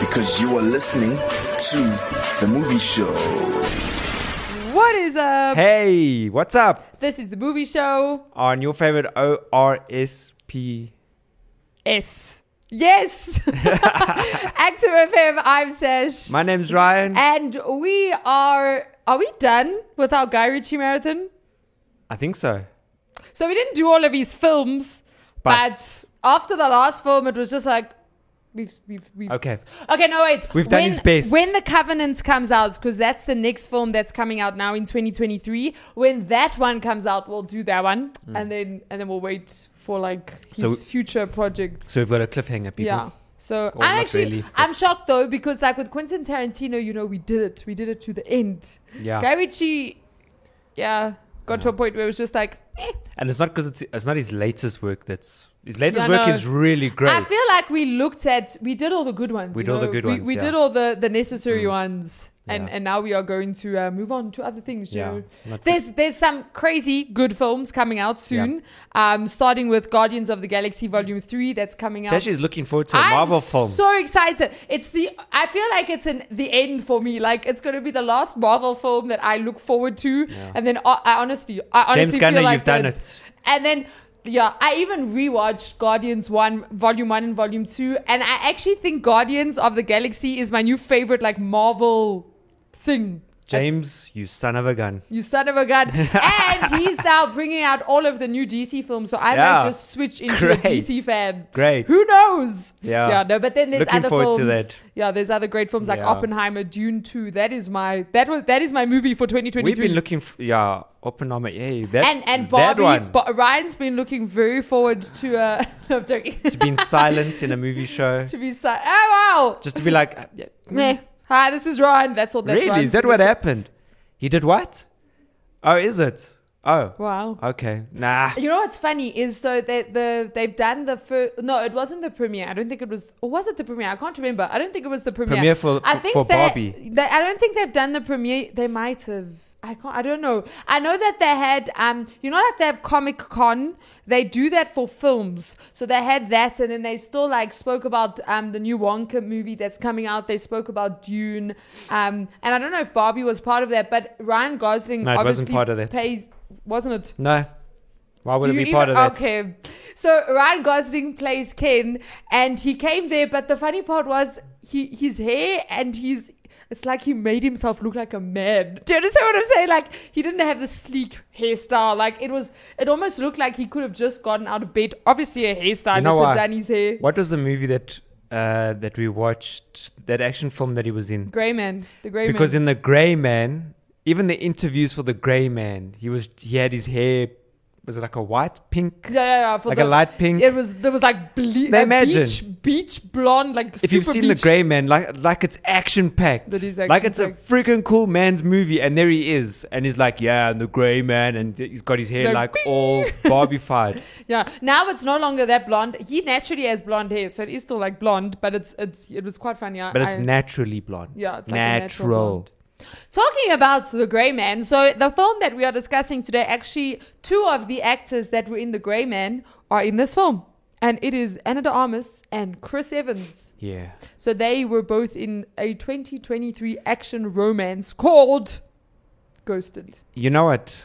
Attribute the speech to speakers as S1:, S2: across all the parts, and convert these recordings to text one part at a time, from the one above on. S1: because you are listening to the movie show.
S2: What is up?
S3: Hey, what's up?
S2: This is the movie show.
S3: On your favorite O R S P.
S2: S. Yes. Actor FM, I'm Sesh.
S3: My name's Ryan.
S2: and we are. Are we done with our Guy Ritchie marathon?
S3: I think so.
S2: So we didn't do all of his films, but,
S3: But-
S2: after the last film, it was just like. We've, we've, we've,
S3: Okay.
S2: Okay, no, wait.
S3: We've done
S2: when,
S3: his best.
S2: When The Covenant comes out, because that's the next film that's coming out now in 2023. When that one comes out, we'll do that one. And then and then we'll wait for like his
S3: Hmm. So-
S2: future projects.
S3: So we've got a cliffhanger, people.
S2: Yeah. So
S3: Or
S2: I'm
S3: not
S2: actually
S3: really,
S2: I'm shocked though because like with Quentin Tarantino, you know, we did it. We did it to the end.
S3: Yeah.
S2: Guy Ritchie, yeah, got to a point where it was just like, eh.
S3: And it's not because it's, it's not his latest work that's. His latest
S2: Yeah,
S3: work
S2: no.
S3: is really great.
S2: I feel like we looked at we did all the good ones.
S3: We
S2: you
S3: did all the
S2: know?
S3: good
S2: we,
S3: ones,
S2: We
S3: yeah. Mm.
S2: did all the the necessary ones. And,
S3: Yeah.
S2: and now we are going to uh, move on to other things. You
S3: Yeah.
S2: know,
S3: Not
S2: there's there's some crazy good films coming out soon. Um, starting with Guardians of the Galaxy Volume Three that's coming out.
S3: Sash is looking forward to a
S2: I'm
S3: Marvel film.
S2: So excited! It's the I feel like it's an, the end for me. Like it's gonna be the last Marvel film that I look forward to, and then I, I honestly, I honestly
S3: James Gunner,
S2: feel like
S3: you've done
S2: that's-
S3: it.
S2: And then yeah, I even rewatched Guardians One, Volume One and Volume Two, and I actually think Guardians of the Galaxy is my new favorite like Marvel thing.
S3: James, you son of a gun.
S2: You son of a gun! and he's now bringing out all of the new DC films, so I
S3: Yeah.
S2: might just switch into
S3: Great.
S2: a DC fan.
S3: Great.
S2: Who knows?
S3: Yeah.
S2: Yeah. No, but then there's
S3: Looking
S2: other
S3: forward
S2: films.
S3: to that.
S2: Yeah, there's other great films like
S3: Yeah.
S2: Oppenheimer, Dune Two. That is my that was that is my movie for 2023.
S3: We've been looking for. Yeah, Oppenheimer. Hey, that,
S2: and and
S3: that
S2: Barbie.
S3: one.
S2: Ba- Ryan's been looking very forward to. Uh, I'm joking.
S3: to being silent in a movie show.
S2: to be si- oh wow.
S3: Just to be like. uh, yeah,
S2: Meh. Hi, this is Ryan. That's all. That's
S3: really?
S2: Ryan's
S3: Is that
S2: been
S3: what
S2: saying.
S3: happened? He did what? Oh, is it? Oh.
S2: Wow.
S3: Okay. Nah.
S2: You know what's funny is so they the they've done the first no it wasn't the premiere I don't think it was or was it the premiere I can't remember I don't think it was the premiere
S3: Premiere for-
S2: I
S3: for- for
S2: they-
S3: Barbie.
S2: they- I don't think they've done the premiere they might have I can't I don't know I know that they had um you know like they have Comic Con they do that for films so they had that and then they still like spoke about um the new Wonka movie that's coming out they spoke about Dune um and I don't know if Barbie was part of that but Ryan Gosling
S3: No, it wasn't
S2: obviously
S3: part of that.
S2: pays wasn't it
S3: No. Why would
S2: do
S3: it be
S2: you
S3: part of
S2: even-
S3: that?
S2: Okay. So Ryan Gosling plays Ken and he came there, but the funny part was he his hair and his it's like he made himself look like a man. Do you understand what I'm saying? Like he didn't have the sleek hairstyle. Like it was it almost looked like he could have just gotten out of bed. Obviously a hairstylist
S3: You know
S2: had
S3: what?
S2: done his hair.
S3: What was the movie that uh, that we watched? That action film that he was in?
S2: Grey man. The grey
S3: because
S2: man.
S3: in the Gray Man, even the interviews for the Gray Man, he was he had his hair was it like a white pink?
S2: yeah, yeah, yeah, for
S3: like
S2: the,
S3: a light pink.
S2: It was there was like ble-
S3: Now
S2: a
S3: imagine.
S2: beach beach blonde like
S3: if you've
S2: super
S3: seen the
S2: beach.
S3: Gray Man, like like it's action packed,
S2: That is
S3: like it's
S2: action-packed.
S3: a freaking cool man's movie, and there he is, and he's like, yeah, I'm the Gray Man, and he's got his hair
S2: So,
S3: like
S2: bing.
S3: all barbified.
S2: Yeah. Now it's no longer that blonde. He naturally has blonde hair, so it is still like blonde, but it's it's it was quite funny. I,
S3: But it's
S2: I-
S3: naturally blonde.
S2: Yeah, it's like a natural
S3: natural.
S2: blonde. Talking about The Grey Man, so the film that we are discussing today, actually, two of the actors that were in The Grey Man are in this film. And it is Anna de Armas and Chris Evans.
S3: yeah.
S2: So they were both in a 2023 action romance called Ghosted.
S3: You know what?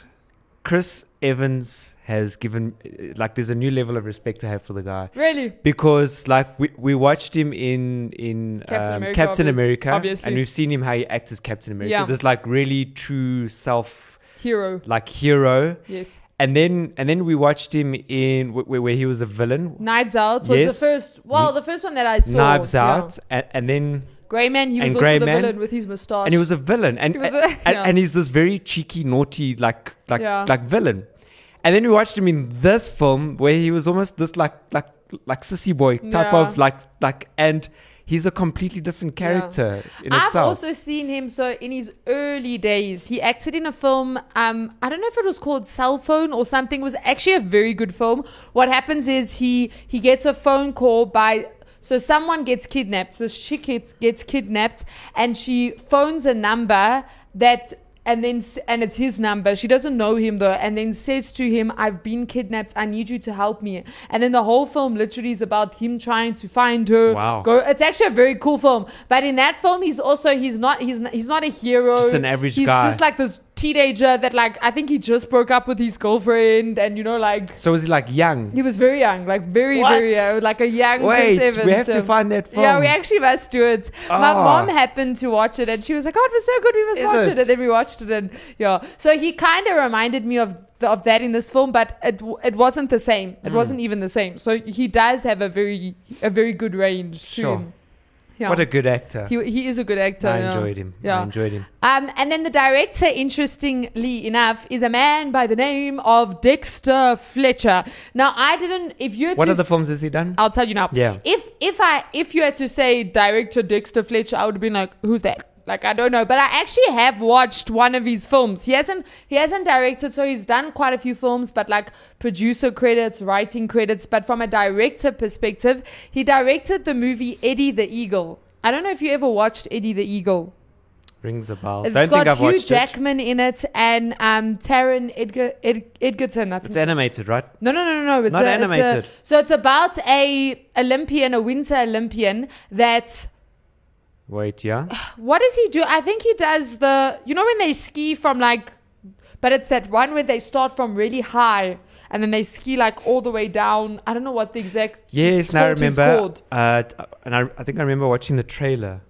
S3: Chris Evans has given like there's a new level of respect I have for the guy.
S2: Really?
S3: Because like we, we watched him in in
S2: Captain
S3: Captain,
S2: America,
S3: America, Captain
S2: obvious-
S3: America
S2: obviously.
S3: and we've seen him how he acts as Captain America.
S2: Yeah.
S3: This like really true self
S2: Hero.
S3: like hero.
S2: Yes.
S3: And then and then we watched him in wh- where, where he was a villain.
S2: Knives Out was
S3: Yes.
S2: the first, well, the first one that I saw.
S3: Knives
S2: yeah.
S3: Out and, and then
S2: Grey Man, he was
S3: And
S2: also
S3: Grey
S2: the
S3: Man.
S2: villain with his moustache.
S3: and he was a villain and
S2: He was a-
S3: and,
S2: yeah.
S3: and he's this very cheeky naughty like like
S2: Yeah.
S3: like villain and then we watched him in this film where he was almost this like like like sissy boy type
S2: Yeah.
S3: of like like and he's a completely different character in
S2: I've
S3: itself.
S2: also seen him so in his early days. He acted in a film. Um, I don't know if it was called Cell Phone or something. It was actually a very good film. What happens is he he gets a phone call by so someone gets kidnapped. This chick gets, gets kidnapped, and she phones a number that. And then, s- and it's his number. She doesn't know him though. And then says to him, "I've been kidnapped. I need you to help me." And then the whole film literally is about him trying to find her.
S3: Wow.
S2: Go it's actually a very cool film. But in that film, he's also he's not he's not, he's not a hero.
S3: Just an average
S2: he's
S3: guy.
S2: He's just like this teenager that like I think he just broke up with his girlfriend, and you know like
S3: so is he like young?
S2: he was very young, like very very
S3: What?
S2: young, like a young.
S3: Wait,
S2: Chris Evans,
S3: we have to
S2: so-
S3: find that
S2: Yeah,
S3: film.
S2: we actually must do it. My
S3: Ah.
S2: mom happened to watch it, and she was like, "Oh, it was so good, we must
S3: Is
S2: watch it.
S3: it?
S2: And then we watched it, and yeah. So he kind of reminded me of. the- Of that in this film, but it w- it wasn't the same.
S3: Hmm.
S2: It wasn't even the same. So he does have a very a very good range to
S3: Sure.
S2: him. Yeah.
S3: What a good actor.
S2: He, he is a good actor.
S3: I
S2: yeah.
S3: enjoyed him.
S2: Yeah.
S3: I enjoyed him.
S2: Um, and then the director, interestingly enough, is a man by the name of Dexter Fletcher. Now, I didn't. If you had
S3: What
S2: to,
S3: other films has he done?
S2: I'll tell you now.
S3: Yeah.
S2: If if I if you had to say director Dexter Fletcher, I would have been like, who's that? Like I don't know, but I actually have watched one of his films. He hasn't he hasn't directed, so he's done quite a few films, but like producer credits, writing credits. But from a director perspective, he directed the movie Eddie the Eagle. I don't know if you ever watched Eddie the Eagle.
S3: Rings a bell.
S2: It's
S3: Don't
S2: got
S3: think I've
S2: Hugh
S3: watched it.
S2: Jackman in it and um, Taron Edgar, Ed, Edgerton. I think
S3: It's animated, right?
S2: no, no, no, no, no. It's
S3: Not
S2: a,
S3: animated.
S2: It's a, so it's about a Olympian, a Winter Olympian. That
S3: Wait, yeah.
S2: what does he do? I think he does the. You know when they ski from like, but it's that one where they start from really high and then they ski like all the way down. I don't know what the exact
S3: Yes, now I
S2: sport is
S3: remember.
S2: called.
S3: Uh, t- and I, I think I remember watching the trailer.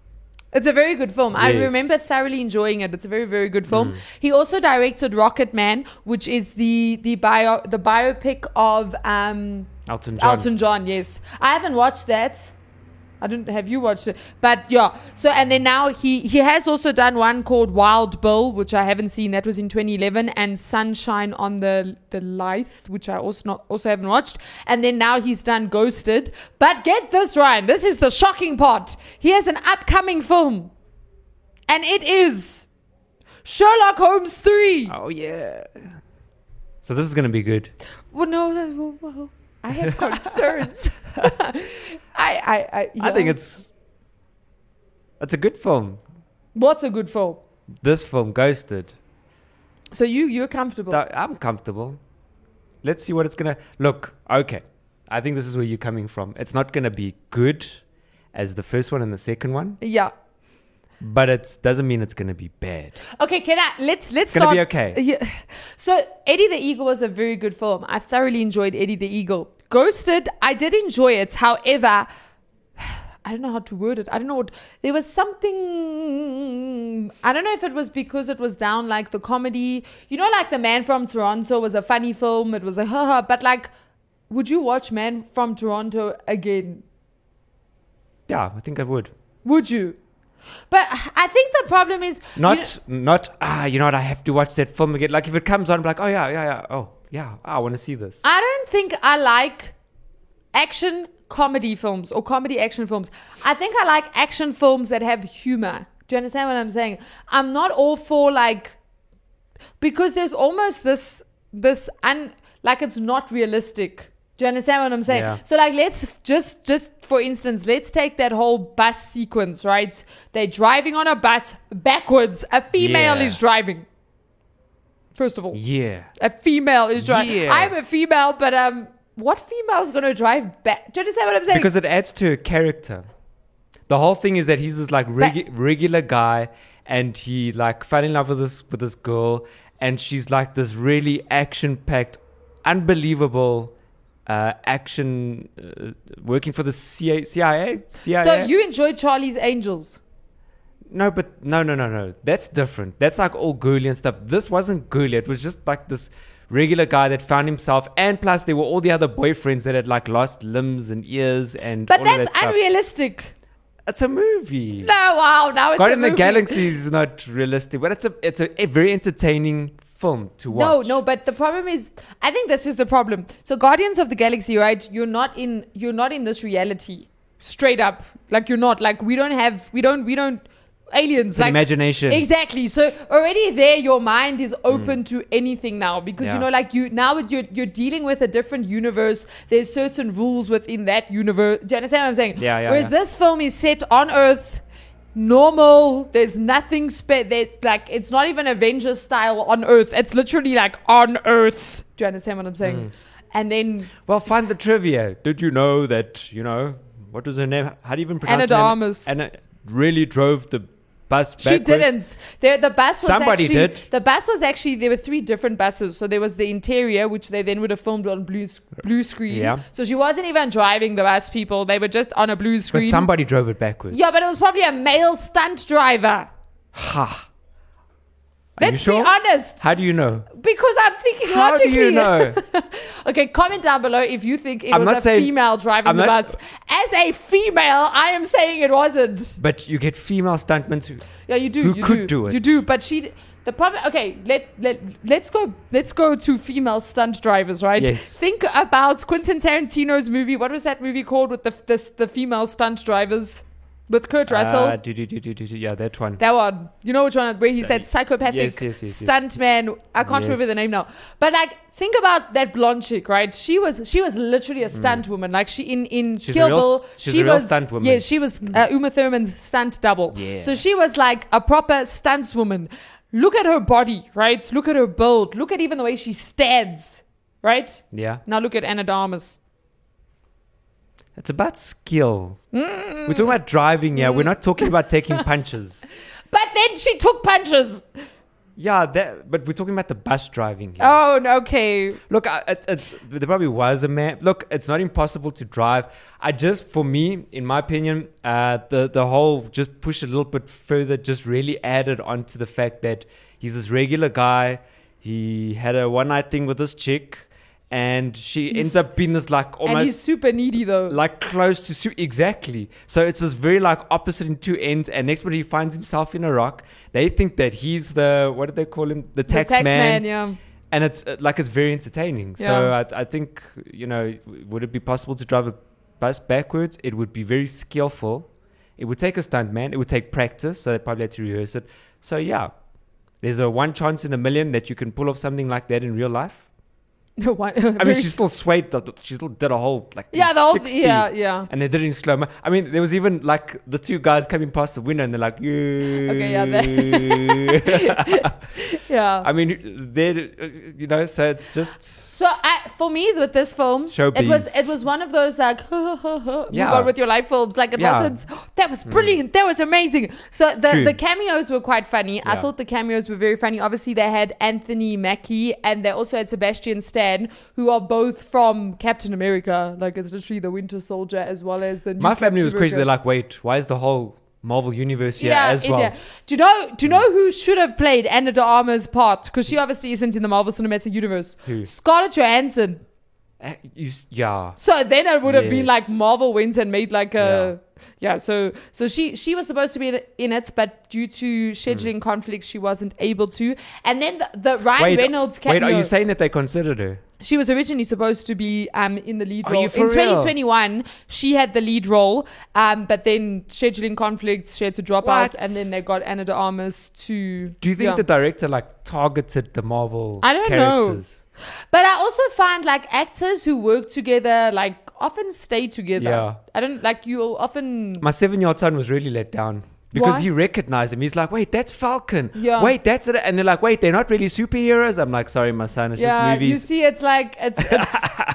S2: It's a very good film. I
S3: Yes. Mm.
S2: remember thoroughly enjoying it. It's a very, very good film. He also directed Rocket Man, which is the the bio the biopic of um
S3: Elton John.
S2: Elton John, yes. I haven't watched that. I didn't have you watched it. But yeah. So and then now he he has also done one called Wild Bill, which I haven't seen. That was in 2011 and Sunshine on the the Lyth, which I also not also haven't watched. And then now he's done Ghosted. But get this Ryan, this is the shocking part. He has an upcoming film. And it is Sherlock Holmes 3.
S3: Oh yeah. So this is gonna be good.
S2: Well, no, no, no, no. I have concerns. I, I, I,
S3: I think
S2: yeah.
S3: it's. It's a good film.
S2: what's a good film.
S3: This film, Ghosted.
S2: So you, you're comfortable.
S3: Th- I'm comfortable. Let's see what it's gonna look. Okay, I think this is where you're coming from. It's not gonna be good as the first one and the second one,
S2: yeah.
S3: but it doesn't mean it's gonna be bad.
S2: Okay, can I let's let's
S3: gonna
S2: start.
S3: be okay.
S2: Yeah. So Eddie the Eagle was a very good film. I thoroughly enjoyed Eddie the Eagle. Ghosted, I did enjoy it. However, I don't know how to word it. I don't know what there was something I don't know if it was because it was down like the comedy. You know, like The Man from Toronto was a funny film, it was a haha, but like would you watch Man from Toronto again?
S3: Yeah, I think I would.
S2: Would you? But I think the problem is you know-
S3: Not, not. Ah, you know what? I have to watch that film again. Like if it comes on, I'm like, oh yeah, yeah, yeah. Oh yeah, I want to see this.
S2: I don't think I like action comedy films or comedy action films. I think I like action films that have humor. Do you understand what I'm saying? I'm not all for like because there's almost this this un like it's not realistic. Do you understand what I'm saying?
S3: Yeah.
S2: So like let's f- just just for instance, let's take that whole bus sequence, right? They're driving on a bus backwards. A female
S3: Yeah.
S2: is driving. First of all.
S3: Yeah.
S2: A female is driving.
S3: Yeah.
S2: I'm a female, but um, what female's gonna drive back? Do you understand what I'm saying?
S3: because it adds to her character. The whole thing is that he's this like regu- regular guy, and he like fell in love with this with this girl, and she's like this really action packed, unbelievable uh, action uh, working for the CIA, CIA, CIA.
S2: so you enjoyed Charlie's Angels.
S3: no, but no, no, no, no. That's different. That's like all ghouly and stuff. This wasn't ghouly. It was just like this regular guy that found himself, and plus there were all the other boyfriends that had like lost limbs and ears and.
S2: But
S3: all of
S2: that's
S3: that stuff.
S2: unrealistic.
S3: It's a movie.
S2: No, wow, now it's
S3: God
S2: a
S3: in the
S2: movie.
S3: Galaxy is not realistic, but it's a it's a, a very entertaining film to watch.
S2: No, no, but the problem is, I think this is the problem. So Guardians of the Galaxy, right? You're not in, you're not in this reality. Straight up. Like you're not. Like we don't have we don't we don't aliens
S3: It's an
S2: like
S3: imagination. Hmm.
S2: Exactly. So already there, your mind is open to anything now because
S3: Yeah.
S2: you know, like you now with- you're you're dealing with a different universe. There's certain rules within that universe. Do you understand what I'm saying?
S3: Yeah, yeah,
S2: Whereas
S3: yeah.
S2: this film is set on Earth, normal. There's nothing spe- that like it's not even Avengers style on Earth. It's literally like on Earth. Do you understand what I'm saying?
S3: Hmm.
S2: And then
S3: Well, find the trivia. Did you know that, you know, what was her name? How do you even pronounce
S2: Anna
S3: her name?
S2: Darmus.
S3: Anna really drove the bus backwards.
S2: She didn't. The, the bus was
S3: Somebody
S2: actually,
S3: did.
S2: The bus was actually there were three different buses. So there was the interior, which they then would have filmed on blue sc- blue screen.
S3: Yeah.
S2: So she wasn't even driving the bus. People they were just on a blue
S3: But
S2: screen.
S3: somebody drove it backwards.
S2: yeah, but it was probably a male stunt driver.
S3: Ha. Are
S2: Let's
S3: you sure?
S2: be honest,
S3: How do you know?
S2: because I'm thinking
S3: How do
S2: logically.
S3: you know?
S2: okay, comment down below if you think it
S3: I'm
S2: was
S3: not
S2: a
S3: saying-
S2: female driving
S3: I'm
S2: the
S3: not-
S2: bus. As a female, I am saying it wasn't.
S3: But you get female stuntmen who.
S2: Yeah, you do.
S3: who
S2: you
S3: could
S2: do.
S3: do it.
S2: You do, but she. d- The problem. Okay, let let let's go. Let's go to female stunt drivers, right?
S3: Yes.
S2: Think about Quentin Tarantino's movie. What was that movie called with the f- the, s- the female stunt drivers with Kurt Russell?
S3: Uh, do, do, do, do, do, do. Yeah, that one.
S2: that one. You know which one? Where he's that psychopathic
S3: yes, yes, yes.
S2: stuntman. I can't remember the
S3: Yes.
S2: name now. But like, think about that blonde chick, right? She was she was literally a stunt woman. Like she in in
S3: Mm. She's a
S2: Kill
S3: real-
S2: Bill.
S3: she's
S2: she
S3: a real
S2: was
S3: stunt woman. Mm.
S2: Yeah, she was uh, Uma Thurman's stunt double.
S3: Yeah.
S2: So she was like a proper stunts woman. Look at her body, right? Look at her build. Look at even the way she stands, right?
S3: yeah.
S2: Now look at Anna Darmus.
S3: It's about skill.
S2: Mm.
S3: We're talking about driving here. We're not talking about taking punches.
S2: But then she took punches.
S3: Yeah, that, but we're talking about the bus driving here.
S2: Oh, no, okay.
S3: Look, I, it, it's there probably was a man. Look, it's not impossible to drive. I just, for me, in my opinion, uh, the the whole just push a little bit further just really added onto the fact that he's this regular guy. He had a one night thing with this chick, and she ends up being this like
S2: and he's
S3: almost
S2: super needy though.
S3: like close to su- exactly. So it's this very like opposite in two ends. And next, when he finds himself in a rock, they think that he's the what did they call him?
S2: The
S3: The tax,
S2: tax
S3: man.
S2: man, yeah.
S3: And it's uh, like it's very entertaining.
S2: Yeah.
S3: So I, I think you know, w- would it be possible to drive a bus backwards? It would be very skillful. It would take a stuntman. It would take practice. So they probably had to rehearse it. So yeah, there's a one chance in a million that you can pull off something like that in real life.
S2: One-
S3: I mean,
S2: very-
S3: she still swayed. The, the- she still did a whole like
S2: Yeah, the whole-
S3: 60,
S2: yeah, yeah.
S3: And they did it in slow mo. I mean, there was even like the two guys coming past the window, and they're like, "Yeah."
S2: yeah, that- yeah.
S3: I mean, they, you know, so it's just
S2: so I, for me, with this film, it was
S3: Showbiz.
S2: it was one of those like move
S3: Yeah.
S2: on with your life films. Like it
S3: Yeah. Hmm.
S2: wasn't that was brilliant, that was amazing. So the
S3: True.
S2: the cameos were quite funny. I
S3: Yeah.
S2: thought the cameos were very funny. Obviously, they had Anthony Mackie and they also had Sebastian Stan, who are both from Captain America. Like it's literally the Winter Soldier as well as the. New
S3: my family was
S2: Captain
S3: crazy.
S2: America.
S3: They're like, "Wait, why is the whole Marvel universe here as well?"
S2: India. Do you know? Do you know who should have played Anna de Armas' part? Because she obviously isn't in the Marvel Cinematic Universe.
S3: Who?
S2: Scarlett Johansson.
S3: Eh, you s- yeah,
S2: So then it would have been
S3: Yes.
S2: like Marvel wins and made like a. Yeah. so so she she was supposed to be in, in it, but due
S3: Hmm.
S2: to scheduling conflicts, she wasn't able to. And then the, the Ryan
S3: wait,
S2: Reynolds
S3: wait,
S2: cameo.
S3: are you saying that they considered her?
S2: She was originally supposed to be um, in the lead
S3: Are
S2: role.
S3: you
S2: In
S3: for real?
S2: 2021, she had the lead role, um, but then scheduling conflicts, she had to drop out,
S3: What?
S2: and then they got Anna de Armas to.
S3: Do you think
S2: yeah.
S3: the director like targeted the Marvel
S2: I don't know.
S3: characters?
S2: But I also find like actors who work together, like often stay together.
S3: Yeah.
S2: I don't like you often.
S3: My seven year old son was really let down because
S2: Why?
S3: he recognized him. He's like, wait, that's Falcon.
S2: Yeah.
S3: Wait, that's it. And they're like, wait, they're not really superheroes. I'm like, sorry, my son, it's
S2: yeah,
S3: just
S2: you
S3: movies.
S2: see, it's like it's, it's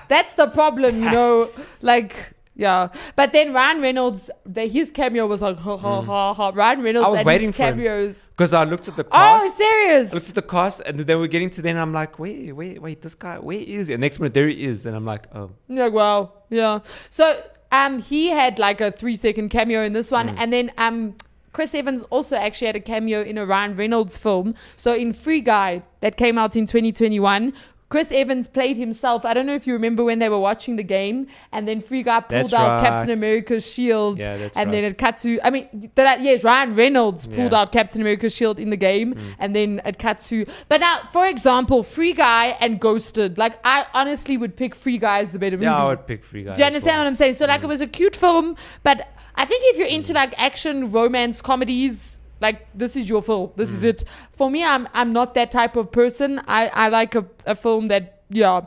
S2: that's the problem, you know, like. Yeah, but then Ryan Reynolds, the, his cameo was like ha ha ha ha. Ryan Reynolds
S3: Hmm. I was
S2: and
S3: waiting
S2: his
S3: for him.
S2: cameos.
S3: Because I looked at the cast.
S2: Oh, serious?
S3: I looked at the cast and then we're getting to then I'm like, wait, wait, wait, this guy, where is he? And next minute, there he is. And I'm like, oh.
S2: Yeah, wow. Yeah. So um he had like a three second cameo in this
S3: Mm.
S2: one and then um Chris Evans also actually had a cameo in a Ryan Reynolds film. So in Free Guy that came out in 2021, Chris Evans played himself. I don't know if you remember when they were watching the game, and then Free Guy pulled
S3: That's
S2: out Captain
S3: right.
S2: America's shield,
S3: Yeah, that's
S2: and then
S3: right.
S2: it cuts to. I mean, did I, yes, Ryan Reynolds pulled
S3: Yeah.
S2: out Captain America's shield in the game, and then it cuts to. But now, for example, Free Guy and Ghosted. Like, I honestly would pick Free Guy as the better movie.
S3: Yeah, I would Mm. pick Free Guy.
S2: Do you
S3: as
S2: understand
S3: well.
S2: what I'm saying? So like it was a cute film, but I think if you're
S3: Mm.
S2: into like action, romance, comedies, like this is your film. This
S3: Mm.
S2: is it. For me, I'm I'm not that type of person. I, I like a, a film that yeah.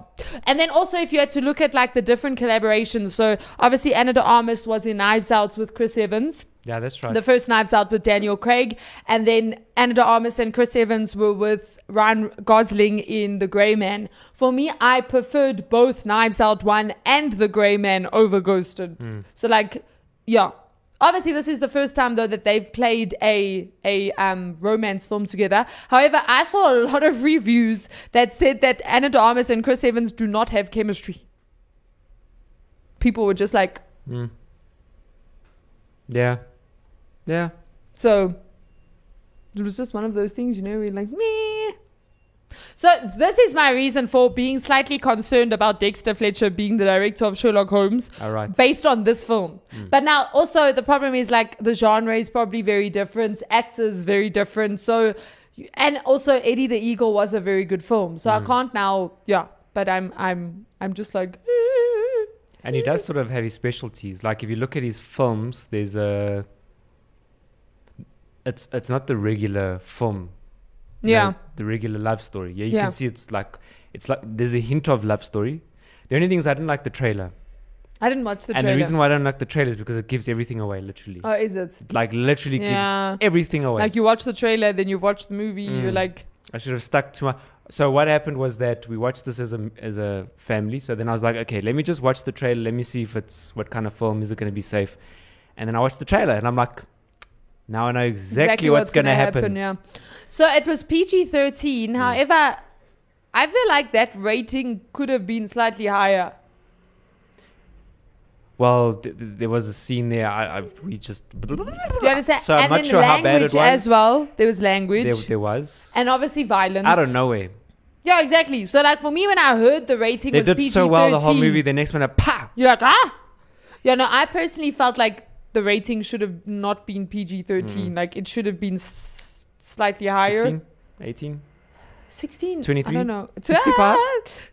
S2: And then also if you had to look at like the different collaborations. So obviously Anna de Armas was in Knives Out with Chris Evans.
S3: Yeah, that's right.
S2: The first Knives Out with Daniel Craig, and then Anna de Armas and Chris Evans were with Ryan Gosling in The Grey Man. For me, I preferred both Knives Out one and The Grey Man over Ghosted. So like, yeah. Obviously, this is the first time though that they've played a a um, romance film together. However, I saw a lot of reviews that said that Anna de Armas and Chris Evans do not have chemistry. People were just like,
S3: yeah. Yeah.
S2: So it was just one of those things, you know, we're like, meh. So this is my reason for being slightly concerned about Dexter Fletcher being the director of Sherlock Holmes
S3: All right. Hmm.
S2: based on this film. But now also the problem is like the genre is probably very different, actors very different. So and also Eddie the Eagle was a very good film. So
S3: Hmm.
S2: I can't now yeah, but I'm I'm I'm just like
S3: And he does sort of have his specialties. Like if you look at his films, there's a. It's it's not the regular film. you know,
S2: yeah.
S3: the regular love story. Yeah, you
S2: Yeah.
S3: can see it's like it's like there's a hint of love story. The only thing is I didn't like the trailer,
S2: I didn't watch the
S3: and
S2: trailer.
S3: the reason why I don't like the trailer is because it gives everything away, literally.
S2: oh, is it?
S3: like literally
S2: Yeah.
S3: gives everything away.
S2: Like you watch the trailer, then you watch the movie, you're
S3: Hmm.
S2: like
S3: I should have stuck to my. So what happened was that we watched this as a as a family. So then I was like, okay, let me just watch the trailer. Let me see if it's what kind of film is it going to be safe. And then I watched the trailer, and I'm like, now I know exactly, what's, going to
S2: gonna
S3: happen. Mm.
S2: Yeah. So it was PG thirteen. However, I feel like that rating could have been slightly higher.
S3: Well, th- th- there was a scene there. I, I we just
S2: Do you understand?
S3: So I'm
S2: and
S3: not
S2: then
S3: sure how
S2: language
S3: bad it
S2: as
S3: was.
S2: well. There was language.
S3: there, there was.
S2: and obviously violence.
S3: I don't know where
S2: Yeah, exactly. So like for me, when I heard the rating
S3: they
S2: was
S3: did
S2: PG
S3: so well the whole movie. The next minute, pa.
S2: you're like ah. Yeah, no. I personally felt like the rating should have not been PG
S3: Mm.
S2: thirteen. Like it should have been s- slightly higher.
S3: 16, 18.
S2: 16
S3: 23?
S2: i don't know
S3: 65?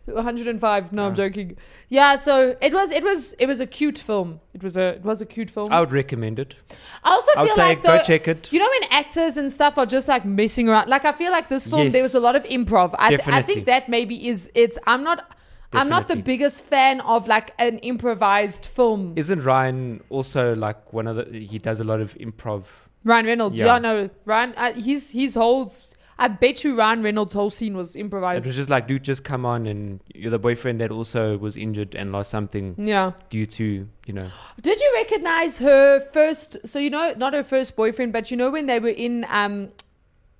S2: 105
S3: Ah.
S2: no i'm joking yeah so it was it was it was a cute film it was a it was a cute film
S3: I would recommend it.
S2: I also
S3: I
S2: feel
S3: would say
S2: like
S3: go
S2: though-
S3: check it.
S2: you know when actors and stuff are just like messing around like i feel like this film there was
S3: Yes.
S2: a lot of improv i, th- I
S3: Definitely.
S2: think that maybe is it's i'm not i'm not the
S3: Definitely.
S2: biggest fan of like an improvised film
S3: Isn't Ryan also like one of the? He does a lot of improv.
S2: ryan reynolds yeah,
S3: Yeah.
S2: no ryan uh, his his whole s- i bet you ryan reynolds whole scene was
S3: It
S2: improvised
S3: was just like, dude, just come on, and you're the boyfriend that also was injured and lost something
S2: yeah
S3: due to you know.
S2: Did you recognize her first? So you know, not her first boyfriend, but you know when they were in um,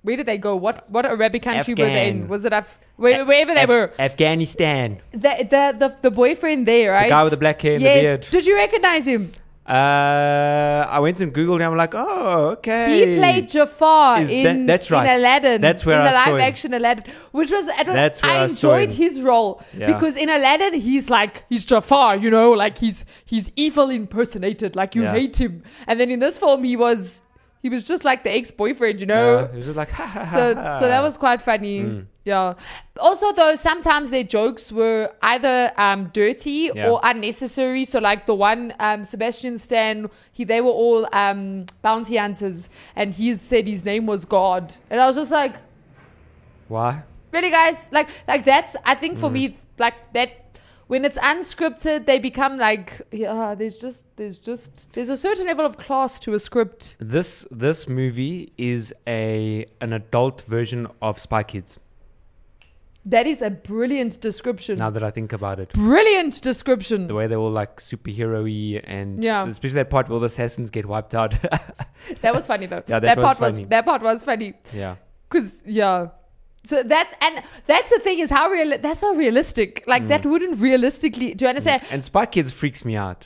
S2: where did they go? What what Arabic country were they in?
S3: Afghan.
S2: Was it Af- where, wherever they
S3: Af-
S2: were?
S3: Afghanistan.
S2: The, the the the boyfriend there, right?
S3: The guy with the black hair and
S2: yes.
S3: the beard.
S2: Did you recognize him?
S3: Uh, I went and googled, and I'm like, oh, okay.
S2: He played Jafar
S3: Is
S2: in,
S3: that- that's right.
S2: in Aladdin.
S3: That's where
S2: in the
S3: I saw
S2: live
S3: him.
S2: action Aladdin, which was, it was
S3: That's where
S2: I
S3: I saw
S2: enjoyed
S3: him.
S2: his role
S3: Yeah.
S2: because in Aladdin he's like he's Jafar, you know, like he's he's evil impersonated, like you
S3: Yeah.
S2: hate him. And then in this film he was he was just like the ex boyfriend, you know.
S3: Yeah, Uh, it was just like, ha ha ha.
S2: so
S3: ha.
S2: so that was quite funny.
S3: Hmm.
S2: Yeah. Also though, sometimes their jokes were either um, dirty
S3: Yeah.
S2: or unnecessary. So like the one um, Sebastian Stan, he they were all um, bounty hunters, and he said his name was God, and I was just like,
S3: why.
S2: really guys, like like that's I think
S3: Hmm.
S2: for me like that. When it's unscripted, they become like yeah. There's just there's just there's a certain level of class to a script.
S3: This this movie is a an adult version of Spy Kids.
S2: That is a brilliant description.
S3: Now that I think about it.
S2: brilliant description.
S3: the way they're all like superhero y and
S2: Yeah.
S3: especially that part where all the assassins get wiped out.
S2: That was funny though.
S3: Yeah, that was
S2: part
S3: funny.
S2: was that part was funny.
S3: yeah.
S2: Cause yeah. So that and that's the thing is how
S3: Mm.
S2: real that's how realistic. Like that wouldn't realistically do you understand?
S3: And Spy Kids freaks me out.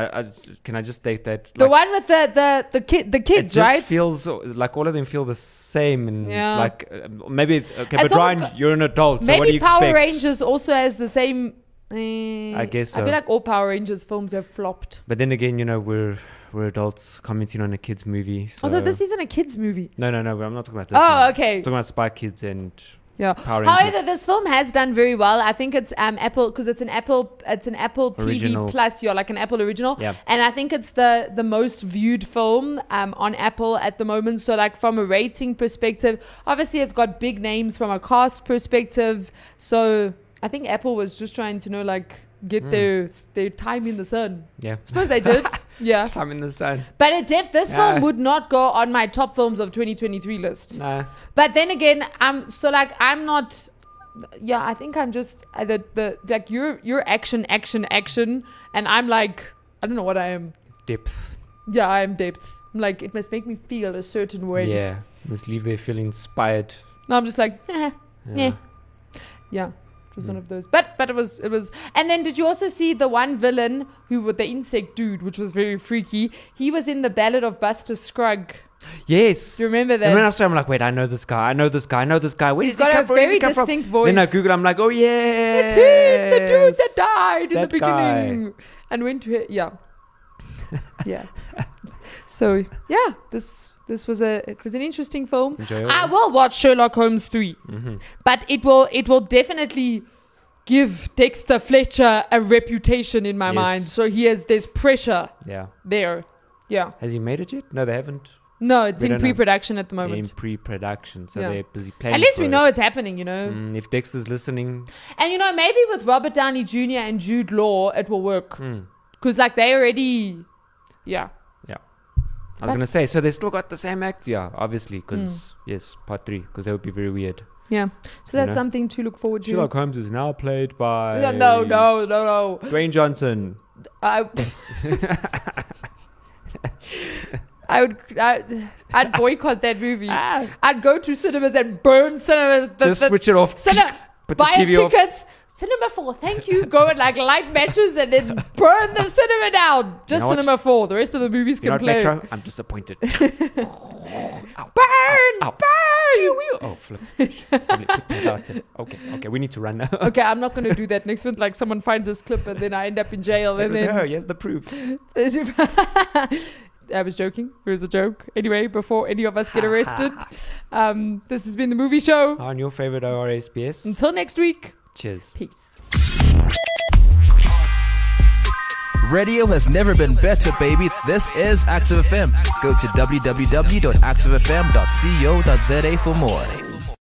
S3: I, I just- can I just state that
S2: The
S3: like,
S2: one with the the the kid the
S3: it
S2: kids,
S3: just
S2: right?
S3: feels like all of them feel the same and
S2: Yeah.
S3: like uh, maybe it's okay.
S2: It's
S3: but Ryan,
S2: almost got-
S3: you're an adult, so what do
S2: Maybe
S3: you
S2: Power
S3: expect?
S2: Rangers also has the same. eh,
S3: I guess
S2: I
S3: so.
S2: feel like all Power Rangers films have flopped.
S3: But then again, you know, we're we're adults commenting on a kids movie. So.
S2: Although this isn't a kids movie.
S3: no, no, no. I'm not talking about this.
S2: Oh,
S3: one.
S2: okay.
S3: I'm talking about Spy Kids and
S2: Yeah.
S3: Power
S2: However,
S3: Rangers.
S2: this film has done very well. I think it's um Apple because it's an Apple it's an Apple TV
S3: Original.
S2: Plus. You're like an Apple original,
S3: Yeah.
S2: and I think it's the the most viewed film um on Apple at the moment. So like from a rating perspective, obviously it's got big names from a cast perspective. So I think Apple was just trying to know like get
S3: Hmm.
S2: their their time in the sun.
S3: yeah.
S2: Suppose they did, yeah.
S3: Time in the sun.
S2: But it def this film
S3: Yeah.
S2: would not go on my top films of 2023 list.
S3: Nah.
S2: But then again, I'm so like I'm not. Yeah, I think I'm just I- the the like you're you're action action action, and I'm like I don't know what I am.
S3: Depth.
S2: Yeah, I am depth. I'm like it must make me feel a certain way.
S3: Yeah. Must leave there feeling inspired.
S2: No, I'm just like eh, yeah, yeah. It was one of those. But but it was it was. And then did you also see the one villain who with the insect dude, which was very freaky? He was in the Ballad of Buster Scrugg.
S3: Yes.
S2: Do you remember that?
S3: And when I saw him, I'm like, wait, I know this guy. I know this guy. I know this guy. Where
S2: He's
S3: does
S2: got
S3: he come
S2: a
S3: from? Where does he
S2: very
S3: come from?
S2: distinct
S3: Then I
S2: voice.
S3: Google. I'm like, oh yeah.
S2: It's him, the dude that died in
S3: That
S2: the
S3: guy.
S2: beginning and went to it. Yeah, yeah. so yeah, this this was a it was an interesting film.
S3: Enjoyable.
S2: I will watch Sherlock Holmes 3
S3: Mm-hmm.
S2: but it will it will definitely give Dexter Fletcher a reputation in my
S3: Yes.
S2: mind. So he has there's pressure
S3: Yeah.
S2: there. Yeah,
S3: Has he made it yet? No, they haven't.
S2: no, it's
S3: We
S2: in
S3: don't know.
S2: pre-production at the
S3: They're in
S2: moment.
S3: pre-production, so
S2: Yeah.
S3: they're busy planning.
S2: At least we
S3: for
S2: know
S3: it.
S2: it's happening, you know.
S3: Mm, if Dexter's listening,
S2: And you know, maybe with Robert Downey Jr. and Jude Law, it will work.
S3: Hmm.
S2: Because, like, they already. Yeah.
S3: yeah. I was gonna say, so they still got the same act, yeah, obviously, because
S2: Hmm.
S3: yes, part three, because that would be very weird.
S2: Yeah. So that's
S3: know?
S2: something to look forward to.
S3: Sherlock Holmes is now played by
S2: Yeah, no, no, no, no.
S3: Dwayne Johnson.
S2: I. I would, I, I'd boycott that movie. I'd go to cinemas and burn cinemas. The,
S3: Ah. Just
S2: the-
S3: switch it off.
S2: Cinema,
S3: Put the
S2: buy
S3: TV off.
S2: tickets. Cinema Four, thank you. Go and like light matches and then burn the cinema down. Just
S3: know what?
S2: Cinema Four. The rest of the movies
S3: You know
S2: can
S3: what,
S2: play.
S3: Metro? I'm disappointed.
S2: burn,
S3: Ow.
S2: burn.
S3: oh, flip. Probably put that out. Okay, okay, we need to run now.
S2: Okay, I'm not going to do that next month. Like someone finds this clip and then I end up in jail.
S3: It
S2: And
S3: was her.
S2: then
S3: Here's the proof.
S2: I was joking. It was a joke. Anyway, before any of us get arrested, um, this has been the movie show.
S3: On your favorite ORSBS.
S2: Until next week,
S3: Cheers.
S2: peace.
S4: Radio has never been better, baby. This is Active FM. Go to www.activefm.co.za for more.